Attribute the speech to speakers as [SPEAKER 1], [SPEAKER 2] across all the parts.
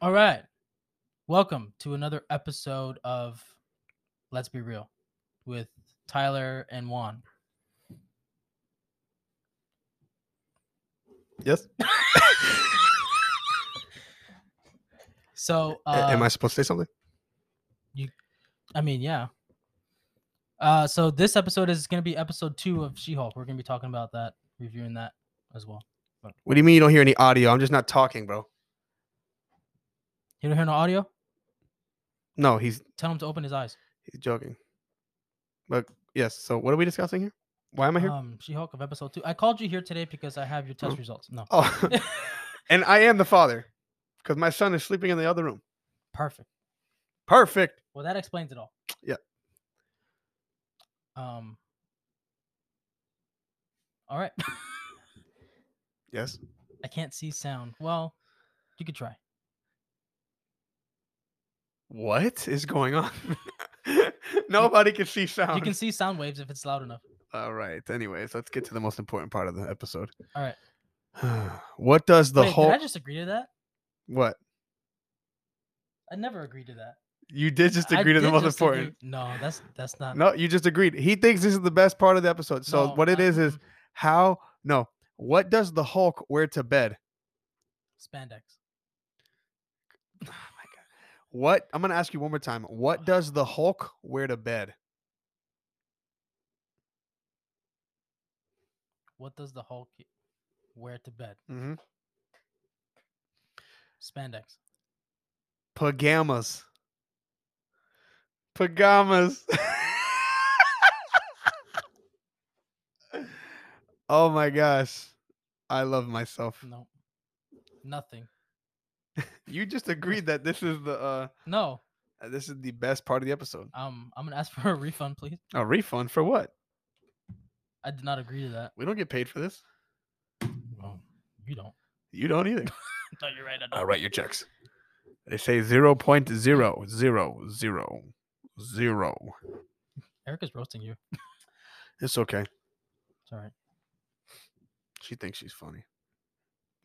[SPEAKER 1] All right. Welcome to another episode of Let's Be Real with Tyler and Juan.
[SPEAKER 2] Yes.
[SPEAKER 1] So,
[SPEAKER 2] A-
[SPEAKER 1] uh,
[SPEAKER 2] Am I supposed to say something?
[SPEAKER 1] I mean, yeah. Uh, so this episode is going to be episode two of She-Hulk. We're going to be talking about that, reviewing that as well.
[SPEAKER 2] What do you mean you don't hear any audio? I'm just not talking, bro.
[SPEAKER 1] You don't hear no audio?
[SPEAKER 2] No, he's
[SPEAKER 1] Tell him to open his eyes.
[SPEAKER 2] he's joking. But yes. So what are we discussing here? Why am I here?
[SPEAKER 1] Um, She-Hulk of episode two. I called you here today because I have your test
[SPEAKER 2] Oh.
[SPEAKER 1] results. No.
[SPEAKER 2] oh, and I am the father because my son is sleeping in the other room.
[SPEAKER 1] Perfect.
[SPEAKER 2] Perfect.
[SPEAKER 1] Well, that explains it all.
[SPEAKER 2] Yeah.
[SPEAKER 1] Um. All right.
[SPEAKER 2] Yes.
[SPEAKER 1] I can't see sound. Well, you could try.
[SPEAKER 2] What is going on? Nobody can see sound.
[SPEAKER 1] You can see sound waves if it's loud enough.
[SPEAKER 2] All right. Anyways, let's get to the most important part of the episode.
[SPEAKER 1] All right.
[SPEAKER 2] what does the
[SPEAKER 1] Wait,
[SPEAKER 2] whole
[SPEAKER 1] did I just agree to that?
[SPEAKER 2] what
[SPEAKER 1] I never agreed to that.
[SPEAKER 2] you did just
[SPEAKER 1] I
[SPEAKER 2] agree to the
[SPEAKER 1] did
[SPEAKER 2] most
[SPEAKER 1] just agree-
[SPEAKER 2] important?
[SPEAKER 1] No, that's that's not.
[SPEAKER 2] No, you just agreed. He thinks this is the best part of the episode. So
[SPEAKER 1] no,
[SPEAKER 2] what it
[SPEAKER 1] I-
[SPEAKER 2] is is
[SPEAKER 1] mm,
[SPEAKER 2] how no. What does the Hulk wear to bed?
[SPEAKER 1] spandex.
[SPEAKER 2] What I'm gonna ask you one more time. What does the Hulk wear to bed?
[SPEAKER 1] What does the Hulk e, wear to bed?
[SPEAKER 2] Mm-hmm.
[SPEAKER 1] Spandex.
[SPEAKER 2] Pagamas. Pagamas. oh my gosh. I love myself.
[SPEAKER 1] No. Nothing.
[SPEAKER 2] You just agreed that this is the uh
[SPEAKER 1] No.
[SPEAKER 2] this is the best part of the episode.
[SPEAKER 1] Um, I'm gonna ask for a refund, please.
[SPEAKER 2] A refund for what?
[SPEAKER 1] I did not agree to that.
[SPEAKER 2] We don't get paid for this.
[SPEAKER 1] Well, you don't.
[SPEAKER 2] You don't either.
[SPEAKER 1] No, you're right. I don't.
[SPEAKER 2] I'll uh, write your checks. They say zero point zero zero zero zero.
[SPEAKER 1] Erica's roasting you.
[SPEAKER 2] It's okay.
[SPEAKER 1] It's all right.
[SPEAKER 2] She thinks she's funny.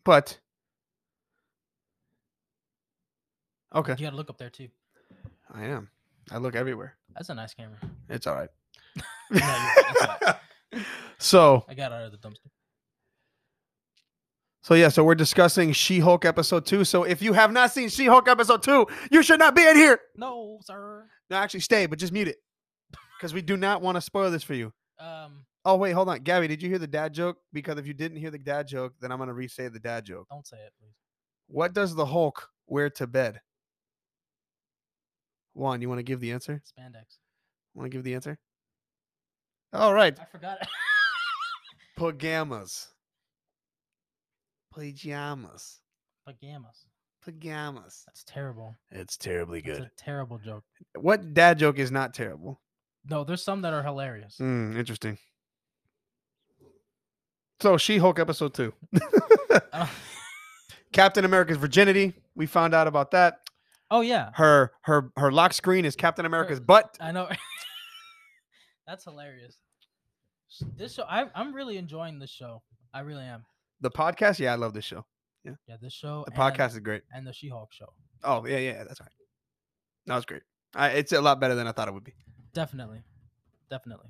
[SPEAKER 2] But Okay.
[SPEAKER 1] You gotta look up there too.
[SPEAKER 2] I am. I look everywhere.
[SPEAKER 1] That's a nice camera.
[SPEAKER 2] It's all right.
[SPEAKER 1] No, you're- it's all right.
[SPEAKER 2] so
[SPEAKER 1] I got it out of the dumpster.
[SPEAKER 2] so yeah, so we're discussing She-Hulk episode two. So if you have not seen She-Hulk episode two, you should not be in here.
[SPEAKER 1] No, sir.
[SPEAKER 2] No, actually stay, but just mute it. Because we do not want to spoil this for you.
[SPEAKER 1] Um,
[SPEAKER 2] Oh wait, hold on. Gabby, did you hear the dad joke? Because if you didn't hear the dad joke, then I'm gonna re-say the dad joke.
[SPEAKER 1] don't say it, please.
[SPEAKER 2] What does the Hulk wear to bed? Juan, you want to give the answer?
[SPEAKER 1] Spandex.
[SPEAKER 2] Want to give the answer? All right,
[SPEAKER 1] I forgot.
[SPEAKER 2] pajamas. Pajamas.
[SPEAKER 1] Pajamas.
[SPEAKER 2] Pajamas.
[SPEAKER 1] That's terrible.
[SPEAKER 2] It's terribly
[SPEAKER 1] It's a terrible joke.
[SPEAKER 2] What dad joke is not terrible?
[SPEAKER 1] No, there's some that are hilarious.
[SPEAKER 2] Hmm, interesting. So, She Hulk episode two.
[SPEAKER 1] Uh,
[SPEAKER 2] Captain America's virginity. We found out about that.
[SPEAKER 1] oh yeah,
[SPEAKER 2] Her her her lock screen is Captain America's butt.
[SPEAKER 1] I know. That's hilarious. S- This show, I, I'm really enjoying this show. I really am.
[SPEAKER 2] The podcast. Yeah, I love this show.
[SPEAKER 1] Yeah, this show.
[SPEAKER 2] The
[SPEAKER 1] and-
[SPEAKER 2] podcast is great.
[SPEAKER 1] and the She-Hulk show.
[SPEAKER 2] Oh yeah, yeah, that's right. That was great. I, it's a lot better than I thought it would be.
[SPEAKER 1] Definitely. Definitely.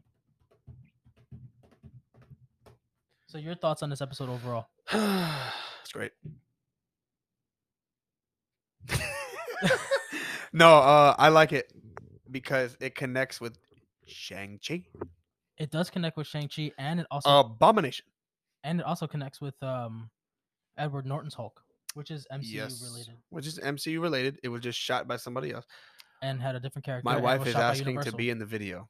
[SPEAKER 1] So your thoughts on this episode overall?
[SPEAKER 2] it's great. no, uh, I like it because it connects with Shang Chi.
[SPEAKER 1] It does connect with Shang-Chi and it also
[SPEAKER 2] Abomination.
[SPEAKER 1] and it also connects with um Edward Norton's Hulk, which is MCU
[SPEAKER 2] yes,
[SPEAKER 1] related
[SPEAKER 2] which is MCU related. It was just shot by somebody else.
[SPEAKER 1] and had a different character.
[SPEAKER 2] My
[SPEAKER 1] and
[SPEAKER 2] wife
[SPEAKER 1] was
[SPEAKER 2] is
[SPEAKER 1] shot by
[SPEAKER 2] asking to
[SPEAKER 1] Universal.
[SPEAKER 2] be in the video.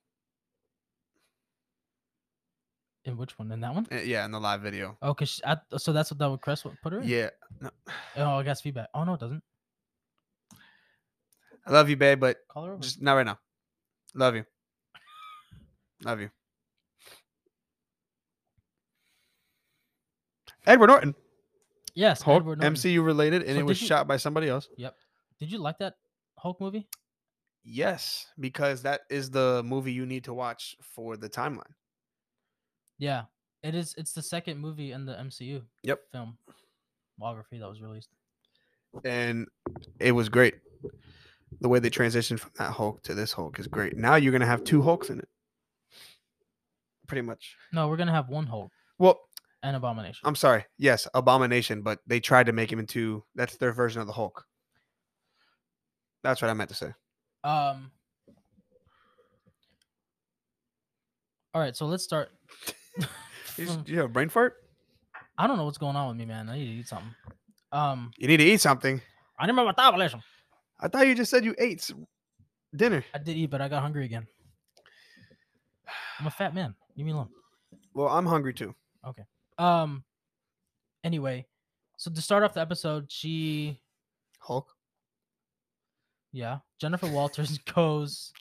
[SPEAKER 1] in which one? In that one?
[SPEAKER 2] Uh, Yeah, in the live video.
[SPEAKER 1] Oh, cause she- I, so that's what that would Crest put her in.
[SPEAKER 2] Yeah, no.
[SPEAKER 1] Oh, I guess feedback. Oh no, it doesn't.
[SPEAKER 2] I love you, babe, but
[SPEAKER 1] Call her over.
[SPEAKER 2] Just not right now. Love you. Love you. Edward Norton,
[SPEAKER 1] yes,
[SPEAKER 2] Hulk,
[SPEAKER 1] Edward Norton.
[SPEAKER 2] MCU related, and
[SPEAKER 1] So
[SPEAKER 2] it was
[SPEAKER 1] did you-
[SPEAKER 2] shot by somebody else.
[SPEAKER 1] Did you like that Hulk movie?
[SPEAKER 2] Yes, because that is the movie you need to watch for the timeline.
[SPEAKER 1] Yeah, it is. It's the second movie in the MCU.
[SPEAKER 2] Yep.
[SPEAKER 1] Film, biography that was released.
[SPEAKER 2] and it was great. The way they transitioned from that Hulk to this Hulk is great. Now you're gonna have two Hulks in it, pretty much.
[SPEAKER 1] No, we're gonna have one Hulk
[SPEAKER 2] Well,
[SPEAKER 1] and Abomination.
[SPEAKER 2] I'm sorry. Yes, Abomination, but they tried to make him into that's their version of the Hulk. That's what I meant to say.
[SPEAKER 1] Um. All right, so let's start.
[SPEAKER 2] You,
[SPEAKER 1] Hmm.
[SPEAKER 2] just- you have a brain fart?
[SPEAKER 1] I don't know what's going on with me, man. I need to eat something. Um,
[SPEAKER 2] You need to eat something.
[SPEAKER 1] I need my metabolism.
[SPEAKER 2] I thought you just said you ate s- dinner.
[SPEAKER 1] I did eat, but I got hungry again. I'm a fat man. Leave me alone.
[SPEAKER 2] Well, I'm hungry too.
[SPEAKER 1] Um. Anyway, so to start off the episode, she,
[SPEAKER 2] Hulk.
[SPEAKER 1] yeah, Jennifer Walters goes.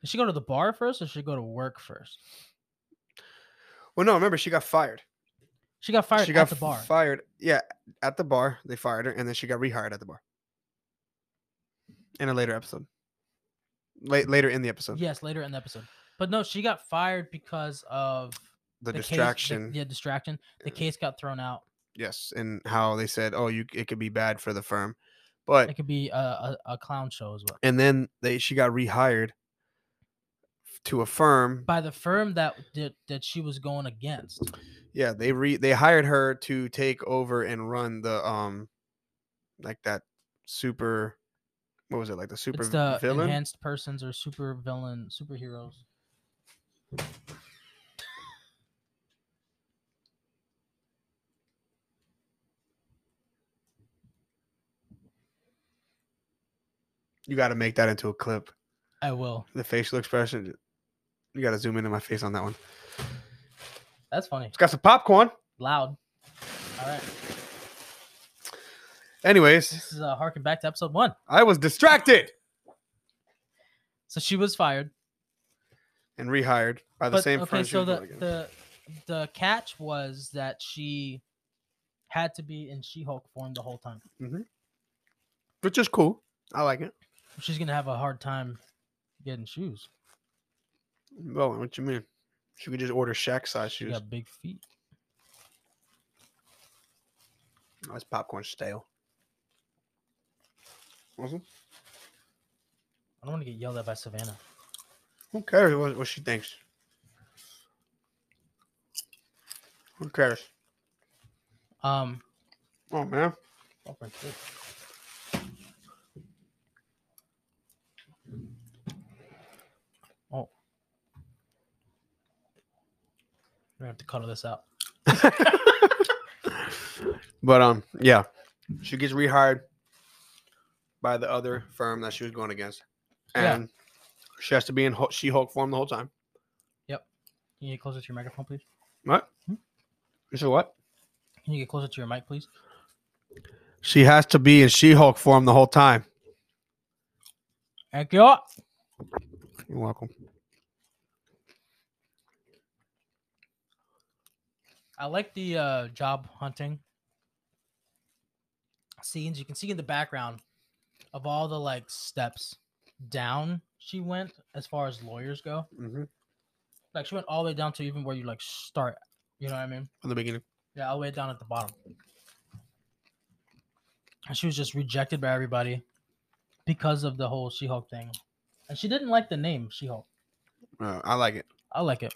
[SPEAKER 1] Did she go to the bar first, or should she go to work first?
[SPEAKER 2] Well, no, remember she got fired.
[SPEAKER 1] She got fired
[SPEAKER 2] she got
[SPEAKER 1] at the bar.
[SPEAKER 2] fired. Yeah, at the bar they fired her, and then she got rehired at the bar. In a later episode. Late later in the episode.
[SPEAKER 1] yes, later in the episode. But no, she got fired because of
[SPEAKER 2] the,
[SPEAKER 1] case- the-
[SPEAKER 2] distraction.
[SPEAKER 1] yeah, distraction. The
[SPEAKER 2] Yeah.
[SPEAKER 1] case got thrown out.
[SPEAKER 2] Yes, and how they said, "Oh, you it could be bad for the firm," but
[SPEAKER 1] It could be a, a, a clown show as well.
[SPEAKER 2] and then they she got rehired to a firm.
[SPEAKER 1] By the firm that did, that she was going against.
[SPEAKER 2] Yeah, they re they hired her to take over and run the um, like that super, what was it like the super
[SPEAKER 1] it's the
[SPEAKER 2] villain?
[SPEAKER 1] enhanced persons or super villain superheroes.
[SPEAKER 2] you got to make that into a clip.
[SPEAKER 1] I will.
[SPEAKER 2] The facial expression. You got to zoom into my face on that one.
[SPEAKER 1] That's funny.
[SPEAKER 2] It's got some popcorn.
[SPEAKER 1] Loud. All right.
[SPEAKER 2] Anyways,
[SPEAKER 1] This is uh, harken back to episode one.
[SPEAKER 2] I was distracted
[SPEAKER 1] So she was fired.
[SPEAKER 2] and rehired by the
[SPEAKER 1] but
[SPEAKER 2] same
[SPEAKER 1] okay,
[SPEAKER 2] firm. she
[SPEAKER 1] so
[SPEAKER 2] was
[SPEAKER 1] the,
[SPEAKER 2] going against.
[SPEAKER 1] the the catch was that she had to be in She-Hulk form the whole time.
[SPEAKER 2] Which is cool. I like it.
[SPEAKER 1] She's gonna have a hard time getting shoes.
[SPEAKER 2] Well, what you mean? She could just order Shaq size
[SPEAKER 1] She
[SPEAKER 2] shoes.
[SPEAKER 1] got big feet.
[SPEAKER 2] That's popcorn stale. Wasn't?
[SPEAKER 1] I don't want to get yelled at by Savannah.
[SPEAKER 2] Who cares what, what she thinks? Who cares?
[SPEAKER 1] Um,
[SPEAKER 2] Oh man,
[SPEAKER 1] oh, my goodness. oh, we have to cut all this out.
[SPEAKER 2] but um, yeah, she gets rehired by the other firm that she was going against,
[SPEAKER 1] Yeah.
[SPEAKER 2] and she has to be in She Hulk form the whole time.
[SPEAKER 1] Can you get closer to your microphone, please?
[SPEAKER 2] What?
[SPEAKER 1] Hmm?
[SPEAKER 2] You said what?
[SPEAKER 1] Can you get closer to your mic, please?
[SPEAKER 2] She has to be in She Hulk form the whole time.
[SPEAKER 1] Thank you.
[SPEAKER 2] You're welcome.
[SPEAKER 1] I like the uh, job hunting scenes. You can see in the background of all the like steps down she went as far as lawyers go.
[SPEAKER 2] Mm-hmm.
[SPEAKER 1] Like she went all the way down to even where you like start. You know what I mean?
[SPEAKER 2] From the beginning.
[SPEAKER 1] Yeah, all the way down at the bottom. And she was just rejected by everybody because of the whole She-Hulk thing, and she didn't like the name She-Hulk.
[SPEAKER 2] Uh, I like it.
[SPEAKER 1] I like it.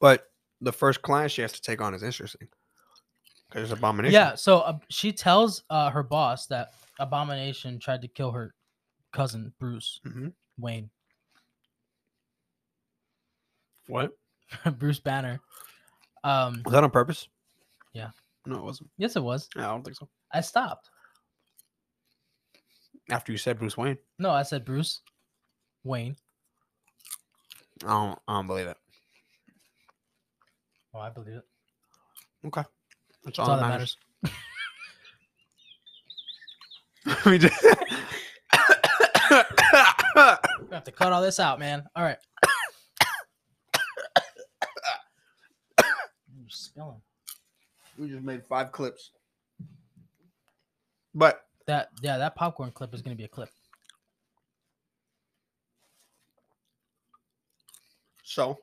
[SPEAKER 2] But the first client she has to take on is interesting because it's abomination.
[SPEAKER 1] Yeah, so uh, she tells uh, her boss that Abomination tried to kill her cousin Bruce
[SPEAKER 2] Mhm.
[SPEAKER 1] Wayne,
[SPEAKER 2] What?
[SPEAKER 1] Bruce Banner. Um,
[SPEAKER 2] Was that on purpose?
[SPEAKER 1] Yeah.
[SPEAKER 2] No, it wasn't.
[SPEAKER 1] yes, it was.
[SPEAKER 2] No, I don't think so.
[SPEAKER 1] I stopped.
[SPEAKER 2] After you said Bruce Wayne,
[SPEAKER 1] No, I said Bruce Wayne.
[SPEAKER 2] I don't, I don't believe it.
[SPEAKER 1] Oh, I believe it.
[SPEAKER 2] Okay. That's
[SPEAKER 1] That's
[SPEAKER 2] all, that matters. We just-
[SPEAKER 1] We have to cut all this out, man. All right. You're spilling.
[SPEAKER 2] we just made five clips. But
[SPEAKER 1] That yeah, that popcorn clip is gonna be a clip.
[SPEAKER 2] so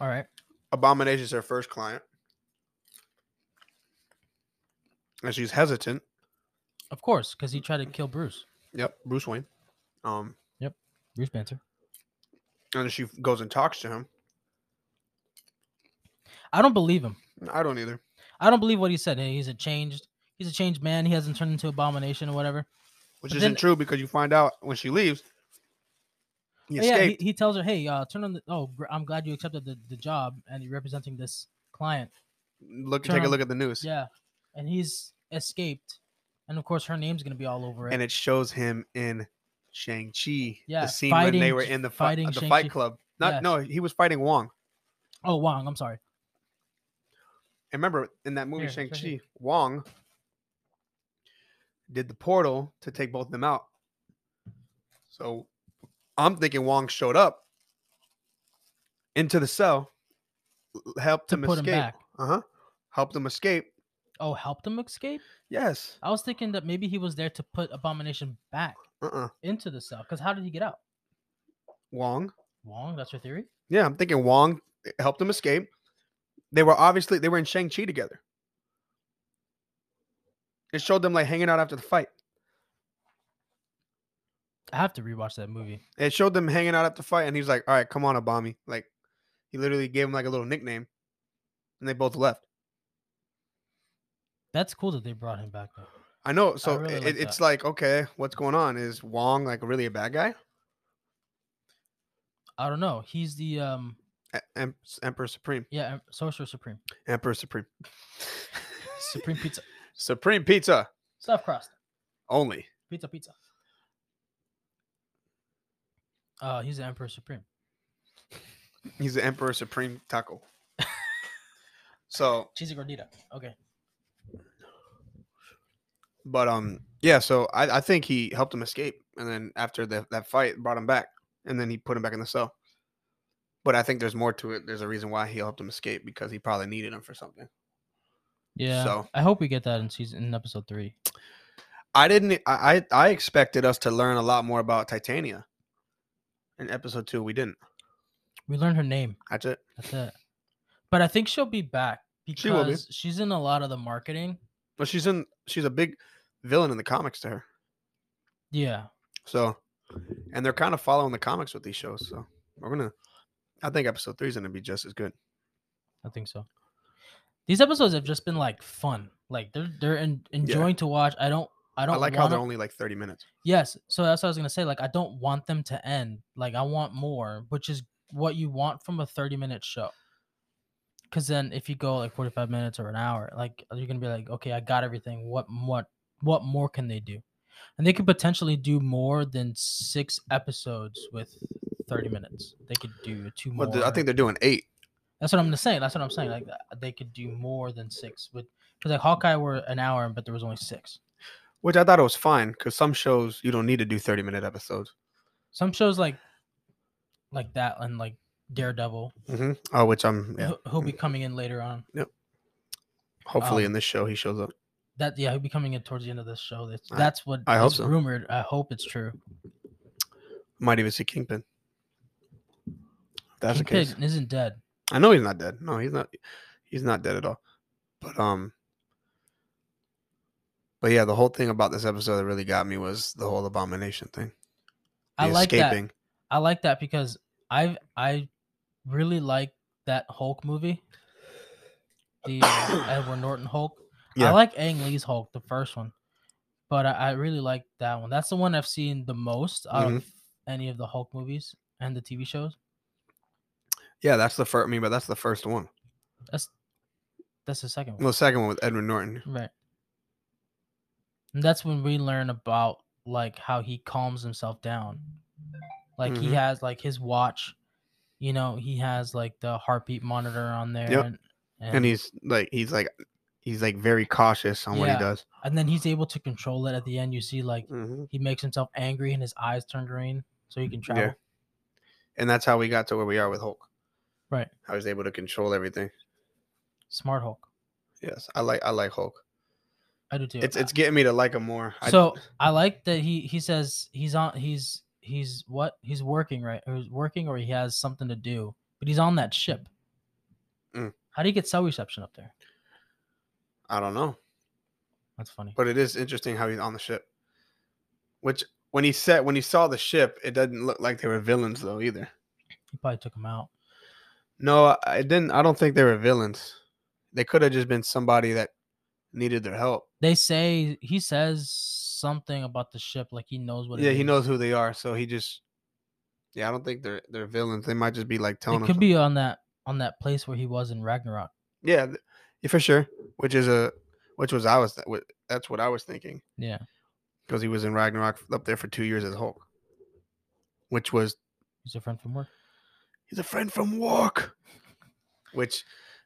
[SPEAKER 1] All right.
[SPEAKER 2] Abomination's her first client. and she's hesitant.
[SPEAKER 1] Of course, because he tried to kill Bruce.
[SPEAKER 2] Yep, Bruce Wayne. Um,
[SPEAKER 1] Bruce Banter.
[SPEAKER 2] and she goes and talks to him.
[SPEAKER 1] I don't believe him.
[SPEAKER 2] I don't either.
[SPEAKER 1] I don't believe what he said. Hey, he's a changed. He's a changed man. He hasn't turned into abomination or whatever.
[SPEAKER 2] Which
[SPEAKER 1] But
[SPEAKER 2] isn't
[SPEAKER 1] then-
[SPEAKER 2] true because you find out when she leaves, he
[SPEAKER 1] But Oh, yeah, he,
[SPEAKER 2] escaped.
[SPEAKER 1] he tells her, "Hey, uh, turn on the. Oh, gr- I'm glad you accepted the, the job and you're representing this client.
[SPEAKER 2] look,
[SPEAKER 1] turn
[SPEAKER 2] take a
[SPEAKER 1] on-
[SPEAKER 2] look at the news,
[SPEAKER 1] Yeah, and he's escaped, and of course her name's gonna be all over it.
[SPEAKER 2] and it shows him in Shang Chi.
[SPEAKER 1] Yeah,
[SPEAKER 2] the scene when they
[SPEAKER 1] fighting-
[SPEAKER 2] were in the fight,
[SPEAKER 1] fighting
[SPEAKER 2] the
[SPEAKER 1] Shang-Chi.
[SPEAKER 2] Fight Club. Not
[SPEAKER 1] Yes.
[SPEAKER 2] no, he was fighting Wong.
[SPEAKER 1] oh, Wong. I'm sorry.
[SPEAKER 2] And remember in that movie
[SPEAKER 1] Here, it's
[SPEAKER 2] Shang
[SPEAKER 1] right
[SPEAKER 2] Chi,
[SPEAKER 1] here.
[SPEAKER 2] Wong did the portal to take both of them out. So I'm thinking Wong showed up into the cell, l- helped
[SPEAKER 1] To
[SPEAKER 2] him
[SPEAKER 1] put him
[SPEAKER 2] escape.
[SPEAKER 1] back.
[SPEAKER 2] Uh huh. Helped him escape.
[SPEAKER 1] Oh, helped him escape.
[SPEAKER 2] Yes.
[SPEAKER 1] I was thinking that maybe he was there to put Abomination back
[SPEAKER 2] Uh uh
[SPEAKER 1] into the cell. Because how did he get out?
[SPEAKER 2] Wong.
[SPEAKER 1] Wong. That's your theory.
[SPEAKER 2] Yeah, I'm thinking Wong eh, helped him escape. They were obviously they were in Shang Chi together. It showed them like hanging out after the fight.
[SPEAKER 1] I have to rewatch that movie.
[SPEAKER 2] It showed them hanging out at the fight, and he's like, "All right, come on, Abami." Like, he literally gave him like a little nickname, and they both left.
[SPEAKER 1] That's cool that they brought him back. Though.
[SPEAKER 2] I know. So
[SPEAKER 1] really
[SPEAKER 2] it,
[SPEAKER 1] like
[SPEAKER 2] it's
[SPEAKER 1] that.
[SPEAKER 2] like, okay, what's going on? Is Wong like really a bad guy?
[SPEAKER 1] I don't know. He's the um
[SPEAKER 2] E- Em- Emperor Supreme.
[SPEAKER 1] yeah Em- sorcerer supreme,
[SPEAKER 2] Emperor Supreme.
[SPEAKER 1] supreme pizza,
[SPEAKER 2] Supreme pizza
[SPEAKER 1] stuffed crust,
[SPEAKER 2] only.
[SPEAKER 1] pizza, pizza. Uh, he's the emperor supreme.
[SPEAKER 2] He's the Emperor Supreme taco. so
[SPEAKER 1] Cheesy gordita. Okay.
[SPEAKER 2] But um, yeah. So I, I think he helped him escape, and then after the, that fight, brought him back, and then he put him back in the cell. But I think there's more to it. There's a reason why he helped him escape because he probably needed him for something.
[SPEAKER 1] Yeah.
[SPEAKER 2] So-
[SPEAKER 1] I hope we get that in season in episode three.
[SPEAKER 2] I didn't. I I I expected us to learn a lot more about Titania. In episode two, we didn't.
[SPEAKER 1] We learned her name.
[SPEAKER 2] That's it.
[SPEAKER 1] That's it. But I think she'll be back because
[SPEAKER 2] She will be.
[SPEAKER 1] she's in a lot of the marketing.
[SPEAKER 2] But she's in. She's a big villain in the comics to her.
[SPEAKER 1] Yeah.
[SPEAKER 2] So, and they're kind of following the comics with these shows. So we're gonna. I think episode three is gonna be just as good.
[SPEAKER 1] I think so. These episodes have just been like fun. Like they're they're en- enjoying to watch. I don't I
[SPEAKER 2] I,
[SPEAKER 1] don't
[SPEAKER 2] like how
[SPEAKER 1] wanna...
[SPEAKER 2] they're only like thirty minutes.
[SPEAKER 1] Yes, so that's what I was gonna say. Like I don't want them to end. Like I want more, which is what you want from a thirty minute show. Cause then if you go like forty five minutes or an hour, like you're gonna be like, okay, I got everything. What what what more can they do? And they could potentially do more than six episodes with thirty minutes. They could do two more.
[SPEAKER 2] But the- I think they're doing eight.
[SPEAKER 1] That's what I'm gonna say. That's what I'm saying. Like uh, they could do more than six with because like Hawkeye were an hour, but there was only six.
[SPEAKER 2] which I thought it was fine because some shows you don't need to do 30 minute episodes.
[SPEAKER 1] Some shows like like that and like Daredevil,
[SPEAKER 2] Mm-hmm. Oh, which I'm yeah.
[SPEAKER 1] who he'll be coming in later on.
[SPEAKER 2] Hopefully,
[SPEAKER 1] Um,
[SPEAKER 2] in this show he shows up.
[SPEAKER 1] That yeah, he'll be coming in towards the end of this show. That's
[SPEAKER 2] I-
[SPEAKER 1] that's what
[SPEAKER 2] I hope
[SPEAKER 1] is
[SPEAKER 2] so.
[SPEAKER 1] rumored. I hope it's true.
[SPEAKER 2] Might even see Kingpin. If that's the
[SPEAKER 1] Kingpin
[SPEAKER 2] case.
[SPEAKER 1] isn't dead.
[SPEAKER 2] I know he's not dead. No, he's not. He's not dead at all. But um. But yeah, the whole thing about this episode that really got me was the whole abomination thing.
[SPEAKER 1] I like that. I like that because I I really like that Hulk movie, the uh, Edward Norton Hulk.
[SPEAKER 2] Yeah.
[SPEAKER 1] I like Ang Lee's Hulk, the first one, but I, I really like that one. That's the one I've seen the most out of any of the Hulk movies and the TV shows.
[SPEAKER 2] Yeah, that's the first. I mean, but that's the first one.
[SPEAKER 1] That's the second one.
[SPEAKER 2] Well, the second one with Edward Norton.
[SPEAKER 1] Right. And that's when we learn about like how he calms himself down. Like
[SPEAKER 2] Mhm.
[SPEAKER 1] he has like his watch, you know, he has like the heartbeat monitor on there
[SPEAKER 2] Yep.
[SPEAKER 1] and, and,
[SPEAKER 2] And he's like, he's like, he's like very cautious on what he
[SPEAKER 1] Yeah.
[SPEAKER 2] does.
[SPEAKER 1] and then he's able to control it at the end. You see like
[SPEAKER 2] Mm-hmm.
[SPEAKER 1] he makes himself angry and his eyes turn green so he can travel.
[SPEAKER 2] and that's how we got to where we are with Hulk.
[SPEAKER 1] Right.
[SPEAKER 2] I was able to control everything.
[SPEAKER 1] Smart Hulk.
[SPEAKER 2] Yes, I like I like Hulk.
[SPEAKER 1] I do too.
[SPEAKER 2] It's it's getting me to like him more. I-
[SPEAKER 1] so I like that he he says he's on he's he's what he's working right or he's working or he has something to do, but he's on that ship.
[SPEAKER 2] Mm.
[SPEAKER 1] How do you get cell reception up there?
[SPEAKER 2] I don't know.
[SPEAKER 1] That's funny.
[SPEAKER 2] But it is interesting how he's on the ship. Which when he said when he saw the ship, it doesn't look like they were villains though either.
[SPEAKER 1] He probably took him out.
[SPEAKER 2] No, I- I didn't. I don't think they were villains. They could have just been somebody that needed their help.
[SPEAKER 1] They say he says something about the ship, like he knows what. it
[SPEAKER 2] yeah, he
[SPEAKER 1] is.
[SPEAKER 2] knows who they are, so he just. Yeah, I don't think they're they're villains. They might just be like telling
[SPEAKER 1] It
[SPEAKER 2] him.
[SPEAKER 1] could be on that on that place where he was in Ragnarok.
[SPEAKER 2] something. Yeah, th- yeah, for sure. Which is a which was I was th- wh- that's what I was thinking
[SPEAKER 1] Yeah,
[SPEAKER 2] because he was in Ragnarok up there for two years as Hulk, which was
[SPEAKER 1] he's a friend from work.
[SPEAKER 2] he's a friend from Walk, which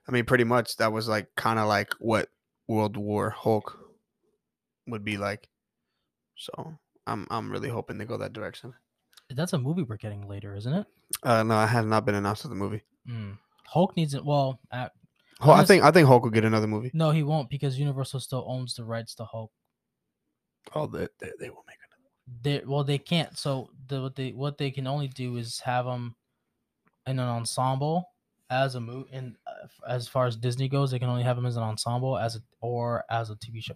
[SPEAKER 2] I mean, pretty much that was like kind of like what World War Hulk would be like. So I'm I'm really hoping they go that direction.
[SPEAKER 1] That's a movie we're getting later, isn't it?
[SPEAKER 2] Uh, no, I have not been announced to the movie.
[SPEAKER 1] Mm. Hulk needs it. Well, uh,
[SPEAKER 2] Hul- I
[SPEAKER 1] Honest-
[SPEAKER 2] think I think Hulk will get another movie.
[SPEAKER 1] no, he won't because Universal still owns the rights to Hulk.
[SPEAKER 2] Oh, they, they, they will make
[SPEAKER 1] They well, they can't. So the, what they what they can only do is have him in an ensemble as a movie. And uh, f- as far as Disney goes, they can only have him as an ensemble as a or as a TV show.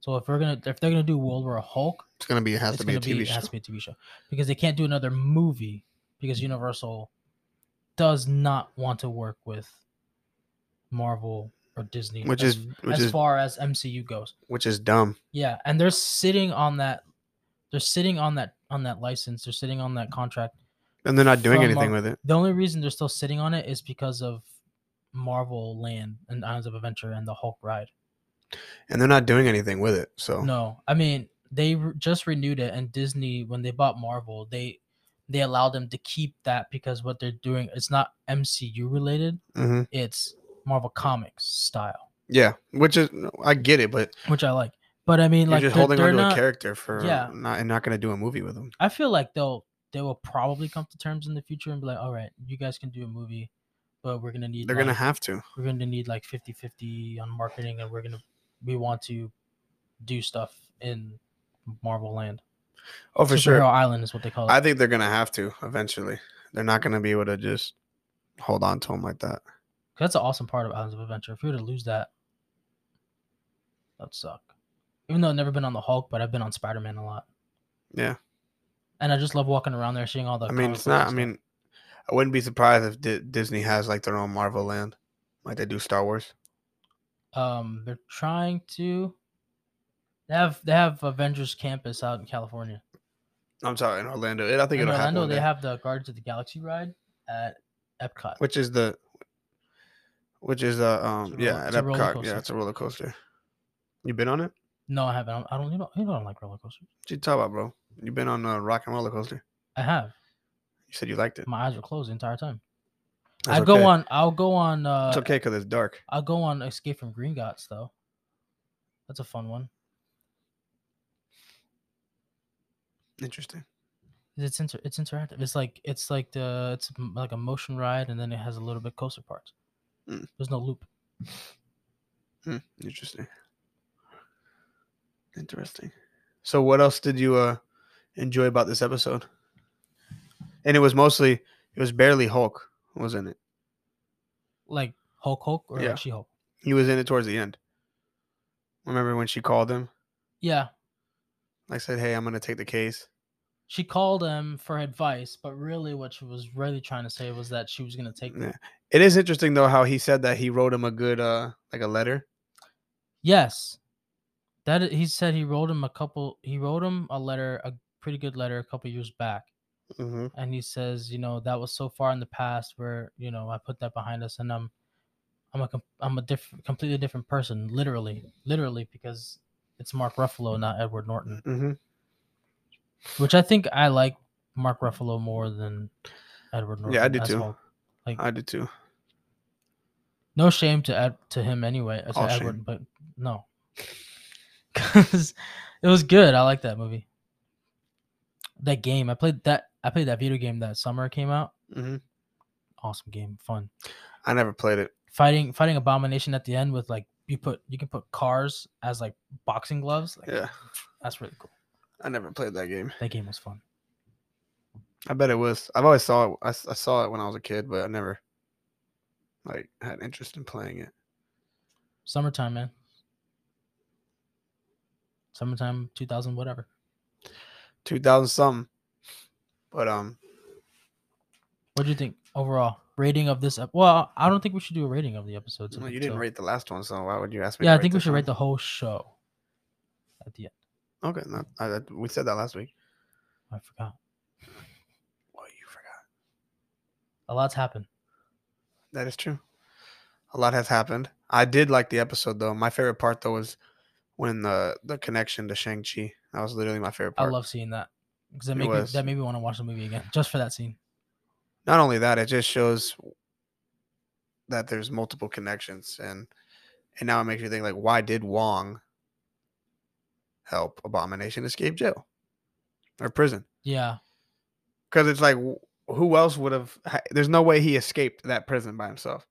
[SPEAKER 1] So if we're gonna if they're gonna do World War Hulk,
[SPEAKER 2] It's gonna be it has
[SPEAKER 1] it's
[SPEAKER 2] to be a
[SPEAKER 1] gonna
[SPEAKER 2] TV
[SPEAKER 1] be, it
[SPEAKER 2] show.
[SPEAKER 1] has to be a TV show because they can't do another movie because Universal does not want to work with Marvel or Disney,
[SPEAKER 2] Which
[SPEAKER 1] as,
[SPEAKER 2] is- which
[SPEAKER 1] as
[SPEAKER 2] is-
[SPEAKER 1] far as MCU goes.
[SPEAKER 2] which is dumb.
[SPEAKER 1] Yeah, and they're sitting on that. They're sitting on that on that license. They're sitting on that contract.
[SPEAKER 2] And they're not doing
[SPEAKER 1] From uh,
[SPEAKER 2] anything
[SPEAKER 1] Mar-
[SPEAKER 2] with it.
[SPEAKER 1] The only reason they're still sitting on it is because of Marvel Land and Islands of Adventure and the Hulk ride.
[SPEAKER 2] And they're not doing anything with it. So
[SPEAKER 1] No, I mean they re- just renewed it, and Disney when they bought Marvel, they they allowed them to keep that because what they're doing it's not MCU related,
[SPEAKER 2] Mhm.
[SPEAKER 1] it's Marvel Comics style,
[SPEAKER 2] yeah, which is I get it, but
[SPEAKER 1] which I like. But I mean, like
[SPEAKER 2] you're just
[SPEAKER 1] they're,
[SPEAKER 2] holding
[SPEAKER 1] they're
[SPEAKER 2] onto
[SPEAKER 1] not,
[SPEAKER 2] a character for
[SPEAKER 1] Yeah.
[SPEAKER 2] not and not gonna do a movie with them.
[SPEAKER 1] I feel like they'll they will probably come to terms in the future and be like, all right, you guys can do a movie, but we're gonna need
[SPEAKER 2] They're gonna
[SPEAKER 1] like-
[SPEAKER 2] have to.
[SPEAKER 1] we're gonna need like 50-50 on marketing, and we're gonna we want to do stuff in Marvel Land.
[SPEAKER 2] Oh, for sure.
[SPEAKER 1] Superhero Island is what they call it.
[SPEAKER 2] I think they're gonna have to eventually. They're not gonna be able to just hold on to them like that.
[SPEAKER 1] 'Cause That's an awesome part of Islands of Adventure. If we were to lose that, that'd suck. Even though I've never been on the Hulk, but I've been on Spider Man a lot.
[SPEAKER 2] Yeah.
[SPEAKER 1] And I just love walking around there, seeing all the.
[SPEAKER 2] I mean,
[SPEAKER 1] comic
[SPEAKER 2] it's
[SPEAKER 1] books
[SPEAKER 2] not. I
[SPEAKER 1] and stuff.
[SPEAKER 2] mean, I wouldn't be surprised if Di- Disney has like their own Marvel Land, like they do Star Wars.
[SPEAKER 1] um, they're trying to. They have they have Avengers Campus out in California.
[SPEAKER 2] I'm sorry, in Orlando. It, I think
[SPEAKER 1] in
[SPEAKER 2] it'll happen.
[SPEAKER 1] Orlando,
[SPEAKER 2] one
[SPEAKER 1] they
[SPEAKER 2] day,
[SPEAKER 1] have the Guardians of the Galaxy ride at Epcot.
[SPEAKER 2] which is the, which is the um
[SPEAKER 1] roller-
[SPEAKER 2] yeah at
[SPEAKER 1] it's a roller
[SPEAKER 2] Epcot.
[SPEAKER 1] coaster.
[SPEAKER 2] Yeah, it's a roller coaster. You been on it?
[SPEAKER 1] No, I haven't. I don't- I don't. You know, you know, I don't like roller coasters.
[SPEAKER 2] What you talking about, bro? You been on a rock and roller coaster?
[SPEAKER 1] I have.
[SPEAKER 2] You said you liked it.
[SPEAKER 1] My eyes were closed the entire time.
[SPEAKER 2] That's
[SPEAKER 1] I go
[SPEAKER 2] okay.
[SPEAKER 1] on. I'll go on. Uh,
[SPEAKER 2] It's okay because it's dark.
[SPEAKER 1] I'll go on Escape from Green Gots though. That's a fun one.
[SPEAKER 2] Interesting.
[SPEAKER 1] It's inter- it's interactive. It's like it's like the it's m- like a motion ride, and then it has a little bit coaster parts.
[SPEAKER 2] Mm.
[SPEAKER 1] There's no loop.
[SPEAKER 2] Hmm, interesting. Interesting. So, what else did you uh enjoy about this episode? And it was mostly, it was barely Hulk, wasn't it?
[SPEAKER 1] Like Hulk, Hulk, or
[SPEAKER 2] Yeah.
[SPEAKER 1] like She Hulk.
[SPEAKER 2] He was in it towards the end. Remember when she called him?
[SPEAKER 1] Yeah,
[SPEAKER 2] Like said, "Hey, I'm gonna take the case."
[SPEAKER 1] she called him for advice, but really, what she was really trying to say was that she was gonna take.
[SPEAKER 2] Yeah. It is interesting though how he said that he wrote him a good uh like a letter.
[SPEAKER 1] Yes, that i- he said he wrote him a couple. He wrote him a letter, a pretty good letter, a couple years back.
[SPEAKER 2] Mm-hmm.
[SPEAKER 1] and he says, you know, that was so far in the past where you know I put that behind us, and I'm, I'm a, com- I'm a different, completely different person, literally, literally, because it's Mark Ruffalo, not Edward Norton,
[SPEAKER 2] Mm-hmm.
[SPEAKER 1] which I think I like Mark Ruffalo more than Edward Norton.
[SPEAKER 2] Yeah, I do
[SPEAKER 1] as
[SPEAKER 2] too.
[SPEAKER 1] Hulk. Like,
[SPEAKER 2] I did too.
[SPEAKER 1] no shame to Ed, to him anyway, uh, to
[SPEAKER 2] All
[SPEAKER 1] Edward,
[SPEAKER 2] shame.
[SPEAKER 1] but no, because it was good. I like that movie. That game I played that I played that video game that summer it came out.
[SPEAKER 2] Mm-hmm.
[SPEAKER 1] Awesome game, fun.
[SPEAKER 2] I never played it.
[SPEAKER 1] fighting fighting abomination at the end with like you put you can put cars as like boxing gloves like
[SPEAKER 2] Yeah,
[SPEAKER 1] that's really cool
[SPEAKER 2] I never played that game.
[SPEAKER 1] that game was fun
[SPEAKER 2] I bet it was. I've always saw it. I, s- I saw it when I was a kid, but I never like had interest in playing it.
[SPEAKER 1] summertime man summertime 2000, whatever.
[SPEAKER 2] two thousand something. But um,
[SPEAKER 1] What do you think overall rating of this? Ep- well, I don't think we should do a rating of the episodes. of
[SPEAKER 2] well,
[SPEAKER 1] it,
[SPEAKER 2] you didn't
[SPEAKER 1] so-
[SPEAKER 2] rate the last one, so why would you ask me?
[SPEAKER 1] Yeah,
[SPEAKER 2] to
[SPEAKER 1] I think we
[SPEAKER 2] this
[SPEAKER 1] should
[SPEAKER 2] one?
[SPEAKER 1] rate the whole show. At the end,
[SPEAKER 2] Okay, no, I, I- we said that last week.
[SPEAKER 1] I forgot.
[SPEAKER 2] Well, you forgot.
[SPEAKER 1] A lot's happened.
[SPEAKER 2] That is true. A lot has happened. I did like the episode though. My favorite part though was when the the connection to Shang Chi. That was literally my favorite
[SPEAKER 1] I
[SPEAKER 2] part.
[SPEAKER 1] love seeing that because that
[SPEAKER 2] It
[SPEAKER 1] made me,
[SPEAKER 2] was.
[SPEAKER 1] that made me want to watch the movie again just for that scene.
[SPEAKER 2] Not only that, it just shows that there's multiple connections, and and now it makes you think like, why did Wong help Abomination escape jail or prison?
[SPEAKER 1] Yeah,
[SPEAKER 2] Because it's like, wh- who else would have? ha- There's no way he escaped that prison by himself.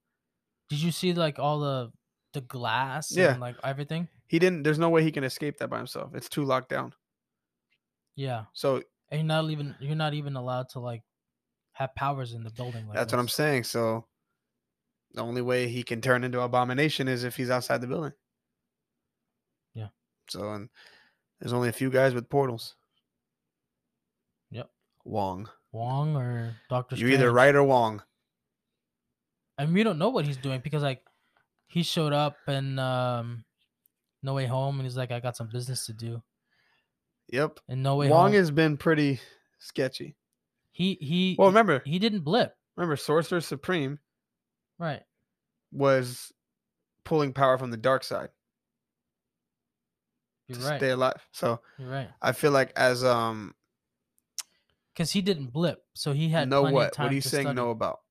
[SPEAKER 1] Did you see like all the the glass
[SPEAKER 2] Yeah.
[SPEAKER 1] and like everything?
[SPEAKER 2] He didn't. There's no way he can escape that by himself. It's too locked down.
[SPEAKER 1] Yeah.
[SPEAKER 2] So
[SPEAKER 1] And you're not even you're not even allowed to like have powers in the building. Like
[SPEAKER 2] that's what I'm
[SPEAKER 1] this.
[SPEAKER 2] saying. So the only way he can turn into abomination is if he's outside the building.
[SPEAKER 1] Yeah.
[SPEAKER 2] So and there's only a few guys with portals.
[SPEAKER 1] Yep.
[SPEAKER 2] Wong.
[SPEAKER 1] Wong or Doctor.
[SPEAKER 2] You either right or Wong.
[SPEAKER 1] and we don't know what he's doing because like he showed up in um No Way Home and he's like, I got some business to do.
[SPEAKER 2] Yep.
[SPEAKER 1] And No Way
[SPEAKER 2] Wong
[SPEAKER 1] Home,
[SPEAKER 2] has been pretty sketchy.
[SPEAKER 1] he he
[SPEAKER 2] Well, remember,
[SPEAKER 1] he didn't blip
[SPEAKER 2] remember, Sorcerer Supreme
[SPEAKER 1] right.
[SPEAKER 2] was pulling power from the dark side
[SPEAKER 1] You're
[SPEAKER 2] to
[SPEAKER 1] right.
[SPEAKER 2] stay alive. So
[SPEAKER 1] You're right.
[SPEAKER 2] I feel like as um
[SPEAKER 1] Because he didn't blip, so he had
[SPEAKER 2] know
[SPEAKER 1] plenty Of
[SPEAKER 2] what?
[SPEAKER 1] time
[SPEAKER 2] What are you
[SPEAKER 1] to
[SPEAKER 2] saying
[SPEAKER 1] study.
[SPEAKER 2] no about?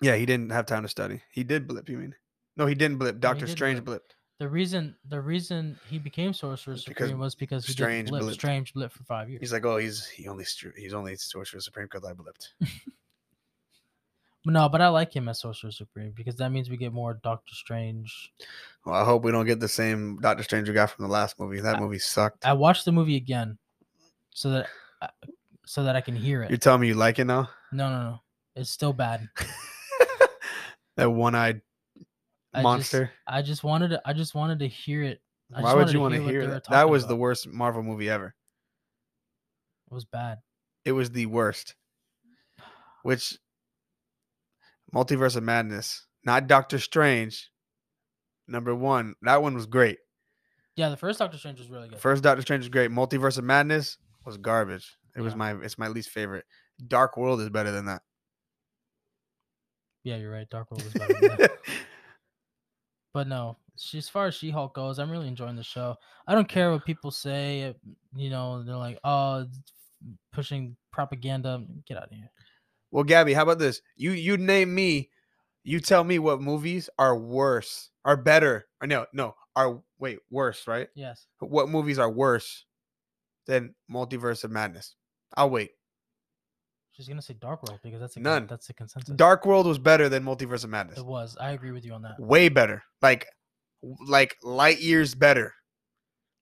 [SPEAKER 2] Yeah, he didn't have time to study. He did blip, you mean? No, he didn't blip. Doctor
[SPEAKER 1] did
[SPEAKER 2] Strange
[SPEAKER 1] blip.
[SPEAKER 2] blipped.
[SPEAKER 1] The reason the reason he became Sorcerer
[SPEAKER 2] Because
[SPEAKER 1] Supreme was because he
[SPEAKER 2] Strange
[SPEAKER 1] didn't blip.
[SPEAKER 2] blipped.
[SPEAKER 1] Strange blip for five years.
[SPEAKER 2] He's like, oh, he's he only stru- he's only Sorcerer Supreme because I blipped.
[SPEAKER 1] No, but I like him as Sorcerer Supreme because that means we get more Doctor Strange.
[SPEAKER 2] Well, I hope we don't get the same Doctor Strange we got from the last movie. That
[SPEAKER 1] I-
[SPEAKER 2] movie sucked.
[SPEAKER 1] I watched the movie again, so that I- so that I can hear
[SPEAKER 2] You're
[SPEAKER 1] it.
[SPEAKER 2] telling me you like it now?
[SPEAKER 1] No, no, no, it's still bad.
[SPEAKER 2] that one-eyed
[SPEAKER 1] I just-
[SPEAKER 2] monster.
[SPEAKER 1] I just wanted to. I just wanted to hear it. I
[SPEAKER 2] Why
[SPEAKER 1] just
[SPEAKER 2] would
[SPEAKER 1] wanted
[SPEAKER 2] you want to
[SPEAKER 1] what
[SPEAKER 2] hear
[SPEAKER 1] they were
[SPEAKER 2] that? That
[SPEAKER 1] talking
[SPEAKER 2] was the
[SPEAKER 1] about.
[SPEAKER 2] worst Marvel movie ever.
[SPEAKER 1] It was bad.
[SPEAKER 2] It was the worst. Which Multiverse of Madness, not Doctor Strange. Number one, that one was great.
[SPEAKER 1] Yeah, the first Doctor Strange was really good.
[SPEAKER 2] First Doctor Strange was great. Multiverse of Madness was garbage. It was
[SPEAKER 1] Yeah.
[SPEAKER 2] my it's my least favorite. Dark World is better than that.
[SPEAKER 1] yeah, you're right. Dark World was better. than that. but no, she, as far as She Hulk goes, I'm really enjoying the show. I don't care what people say. uh, You know, they're like, "Oh, it's pushing propaganda." Get out of here.
[SPEAKER 2] well, Gabby, how about this? You you name me, you tell me what movies are worse, are better, or no, no, are wait, worse, right?
[SPEAKER 1] Yes.
[SPEAKER 2] What movies are worse than Multiverse of Madness? I'll wait.
[SPEAKER 1] She's gonna say Dark World because that's a
[SPEAKER 2] None.
[SPEAKER 1] That's a consensus.
[SPEAKER 2] Dark World was better than Multiverse of Madness.
[SPEAKER 1] It was. I agree with you on that.
[SPEAKER 2] Way better. Like like light years better.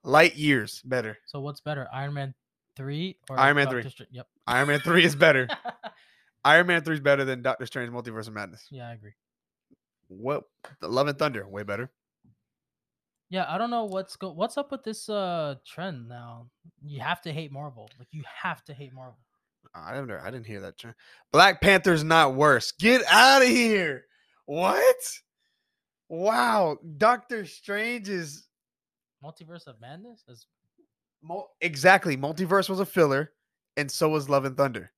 [SPEAKER 2] Light years better.
[SPEAKER 1] So what's better, Iron Man three or
[SPEAKER 2] Iron Man
[SPEAKER 1] Doctor
[SPEAKER 2] 3.
[SPEAKER 1] Strange? Yep.
[SPEAKER 2] Iron Man 3 is better. Iron Man 3 is better than Doctor Strange Multiverse of Madness.
[SPEAKER 1] yeah, I agree.
[SPEAKER 2] What? The Love and Thunder, way better.
[SPEAKER 1] Yeah, I don't know what's go. What's up with this uh trend now? You have to hate Marvel. Like you have to hate Marvel.
[SPEAKER 2] I don't know. I didn't hear that. tr- Black Panther's not worse. Get out of here. What? Wow. Doctor Strange is
[SPEAKER 1] Multiverse of Madness is
[SPEAKER 2] mul- exactly. Multiverse was a filler, and so was Love and Thunder.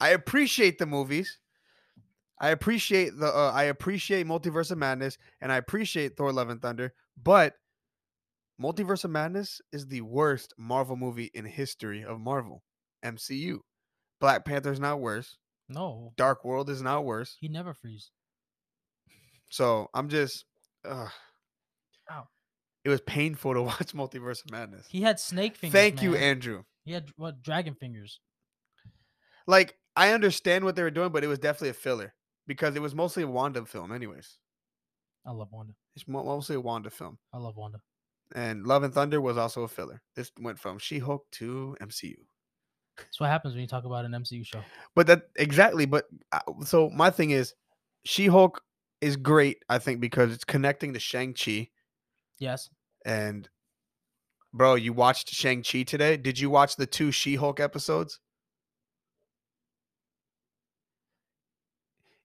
[SPEAKER 2] I appreciate the movies. I appreciate the. Uh, I appreciate Multiverse of Madness, and I appreciate Thor: Love and Thunder. But Multiverse of Madness is the worst Marvel movie in history of Marvel MCU. Black Panther's not worse.
[SPEAKER 1] no.
[SPEAKER 2] Dark World is not worse.
[SPEAKER 1] He never frees.
[SPEAKER 2] So I'm just. Ugh.
[SPEAKER 1] Ow.
[SPEAKER 2] It was painful to watch Multiverse of Madness.
[SPEAKER 1] He had snake fingers.
[SPEAKER 2] Thank you,
[SPEAKER 1] man.
[SPEAKER 2] Andrew.
[SPEAKER 1] He had what dragon fingers.
[SPEAKER 2] like I understand what they were doing, but it was definitely a filler because it was mostly a Wanda film, anyways.
[SPEAKER 1] I love Wanda.
[SPEAKER 2] It's mo- mostly a Wanda film,
[SPEAKER 1] I love Wanda.
[SPEAKER 2] and Love and Thunder was also a filler. This went from She-Hulk to MCU,
[SPEAKER 1] That's what happens when you talk about an MCU show.
[SPEAKER 2] but that exactly. But uh, so my thing is, She-Hulk is great, I think, because it's connecting to Shang Chi
[SPEAKER 1] Yes.
[SPEAKER 2] and Bro, you watched Shang Chi today? Did you watch the two She Hulk episodes?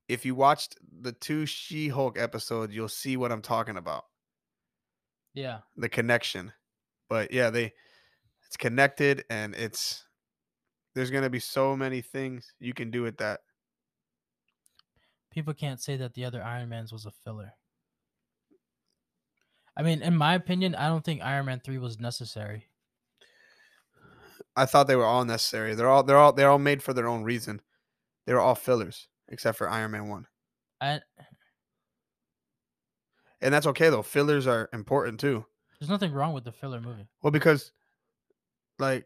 [SPEAKER 2] If you watched the two She Hulk episodes, you'll see what I'm talking about.
[SPEAKER 1] Yeah.
[SPEAKER 2] The connection. But yeah, they it's connected and it's there's gonna be so many things you can do with that.
[SPEAKER 1] People can't say that the other Iron Man's was a filler. I mean, in my opinion, I don't think Iron Man 3 was necessary.
[SPEAKER 2] I thought they were all necessary. They're all they're all they're all made for their own reason. They were all fillers, except for Iron Man One.
[SPEAKER 1] I
[SPEAKER 2] And that's okay though. Fillers are important too.
[SPEAKER 1] there's nothing wrong with the filler movie.
[SPEAKER 2] Well, because like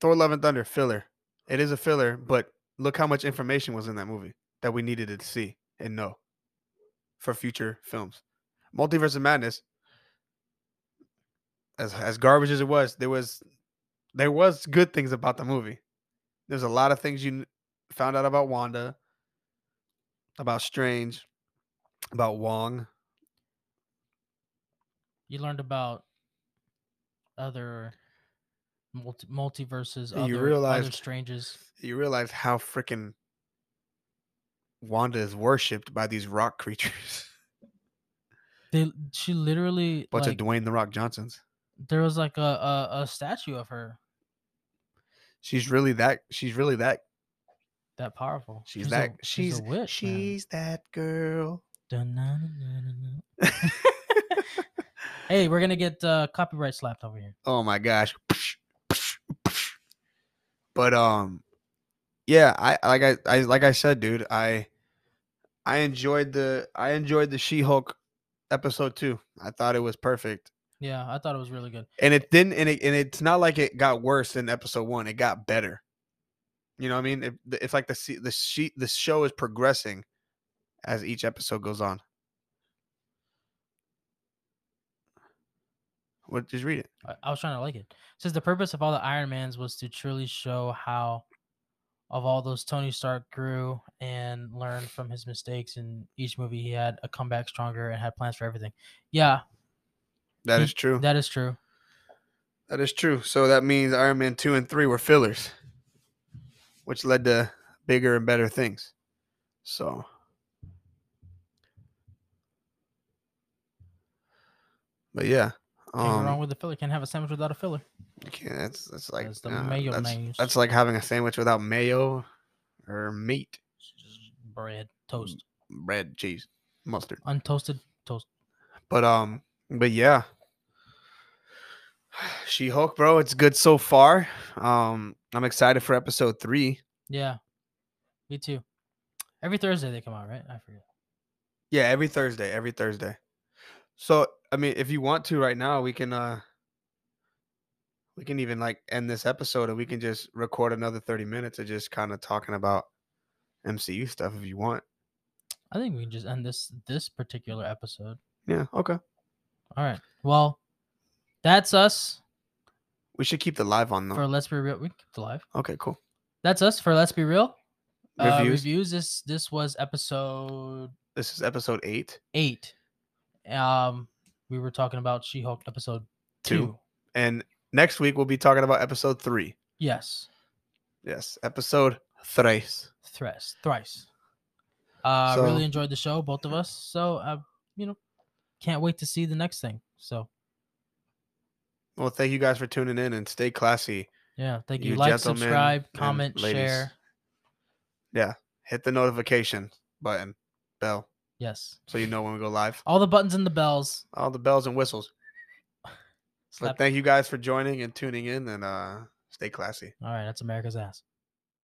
[SPEAKER 2] Thor Love and Thunder, filler. It is a filler, but look how much information was in that movie that we needed to see and know for future films. Multiverse of Madness, as as garbage as it was, there was there was good things about the movie. There's a lot of things you kn- found out about Wanda, about Strange, about Wong.
[SPEAKER 1] You learned about other multi- multiverses,
[SPEAKER 2] You
[SPEAKER 1] other, other
[SPEAKER 2] realized-
[SPEAKER 1] strangers.
[SPEAKER 2] You realize how freaking Wanda is worshipped by these rock creatures.
[SPEAKER 1] They she literally
[SPEAKER 2] bunch
[SPEAKER 1] like,
[SPEAKER 2] of Dwayne the Rock Johnsons.
[SPEAKER 1] there was like a, a a statue of her
[SPEAKER 2] She's really that. She's really that.
[SPEAKER 1] that powerful.
[SPEAKER 2] She's,
[SPEAKER 1] a-
[SPEAKER 2] that.
[SPEAKER 1] she's
[SPEAKER 2] she's
[SPEAKER 1] a witch. man.
[SPEAKER 2] she's that girl.
[SPEAKER 1] Dun, dun, dun, dun, dun, dun. hey, we're gonna get uh, copyright slapped over here.
[SPEAKER 2] oh my gosh. But um, yeah. I like I, I like I said, dude. I I enjoyed the I enjoyed the She Hulk episode too. I thought it was perfect,
[SPEAKER 1] Yeah, I thought it was really good.
[SPEAKER 2] and it didn't. And it and it's not like it got worse than episode one. It got better. You know what I mean? It, it's like the se- the she the show is progressing as each episode goes on. What? Just read it.
[SPEAKER 1] I, I was trying to like it. it. Says the purpose of all the Iron Mans was to truly show how, of all those, Tony Stark grew and learned from his mistakes. In each movie, he had a comeback stronger and had plans for everything. Yeah,
[SPEAKER 2] That
[SPEAKER 1] He-
[SPEAKER 2] is true.
[SPEAKER 1] that is true.
[SPEAKER 2] That is true. So that means Iron Man 2 and 3 were fillers, which led to bigger and better things. So. But yeah.
[SPEAKER 1] Ain't nothing wrong
[SPEAKER 2] Um,
[SPEAKER 1] with the filler. Can't have a sandwich without a filler.
[SPEAKER 2] you can't, that's, that's like
[SPEAKER 1] That's the
[SPEAKER 2] nah,
[SPEAKER 1] mayonnaise.
[SPEAKER 2] that's, that's like having a sandwich without mayo or meat,
[SPEAKER 1] It's just bread, toast,
[SPEAKER 2] bread, cheese, mustard.
[SPEAKER 1] untoasted toast.
[SPEAKER 2] But um, but yeah, She Hulk, bro, it's good so far. Um, I'm excited for episode three.
[SPEAKER 1] Yeah, me too. Every Thursday they come out, right? I forget.
[SPEAKER 2] Yeah, every Thursday, every Thursday. So, I mean, if you want to right now, we can uh we can even like end this episode and we can just record another 30 minutes of just kind of talking about MCU stuff if you want.
[SPEAKER 1] I think we can just end this this particular episode.
[SPEAKER 2] Yeah, okay.
[SPEAKER 1] All right. Well, that's us
[SPEAKER 2] We should keep the live on though.
[SPEAKER 1] for Let's Be Real. We can keep the live.
[SPEAKER 2] okay, cool.
[SPEAKER 1] That's us for Let's Be Real. Uh,
[SPEAKER 2] Reviews.
[SPEAKER 1] reviews. This this was episode
[SPEAKER 2] This is episode 8
[SPEAKER 1] eight. Um, we were talking about She Hulk episode two.
[SPEAKER 2] Two. and next week we'll be talking about episode 3.
[SPEAKER 1] Yes,
[SPEAKER 2] Yes, episode 3.
[SPEAKER 1] thrice, thrice. Uh,
[SPEAKER 2] So-
[SPEAKER 1] really enjoyed the show, both of us. So, uh, you know, can't wait to see the next thing. So,
[SPEAKER 2] Well, thank you guys for tuning in and stay classy.
[SPEAKER 1] yeah, thank you.
[SPEAKER 2] You
[SPEAKER 1] like,
[SPEAKER 2] gentlemen
[SPEAKER 1] subscribe,
[SPEAKER 2] and
[SPEAKER 1] comment,
[SPEAKER 2] ladies.
[SPEAKER 1] share.
[SPEAKER 2] Hit the notification button, bell,
[SPEAKER 1] Yes,
[SPEAKER 2] so you know when we go live.
[SPEAKER 1] all the buttons and the bells.
[SPEAKER 2] All the bells and whistles.
[SPEAKER 1] Slap.
[SPEAKER 2] But thank you guys for joining and tuning in and uh stay classy.
[SPEAKER 1] All right, that's America's ass.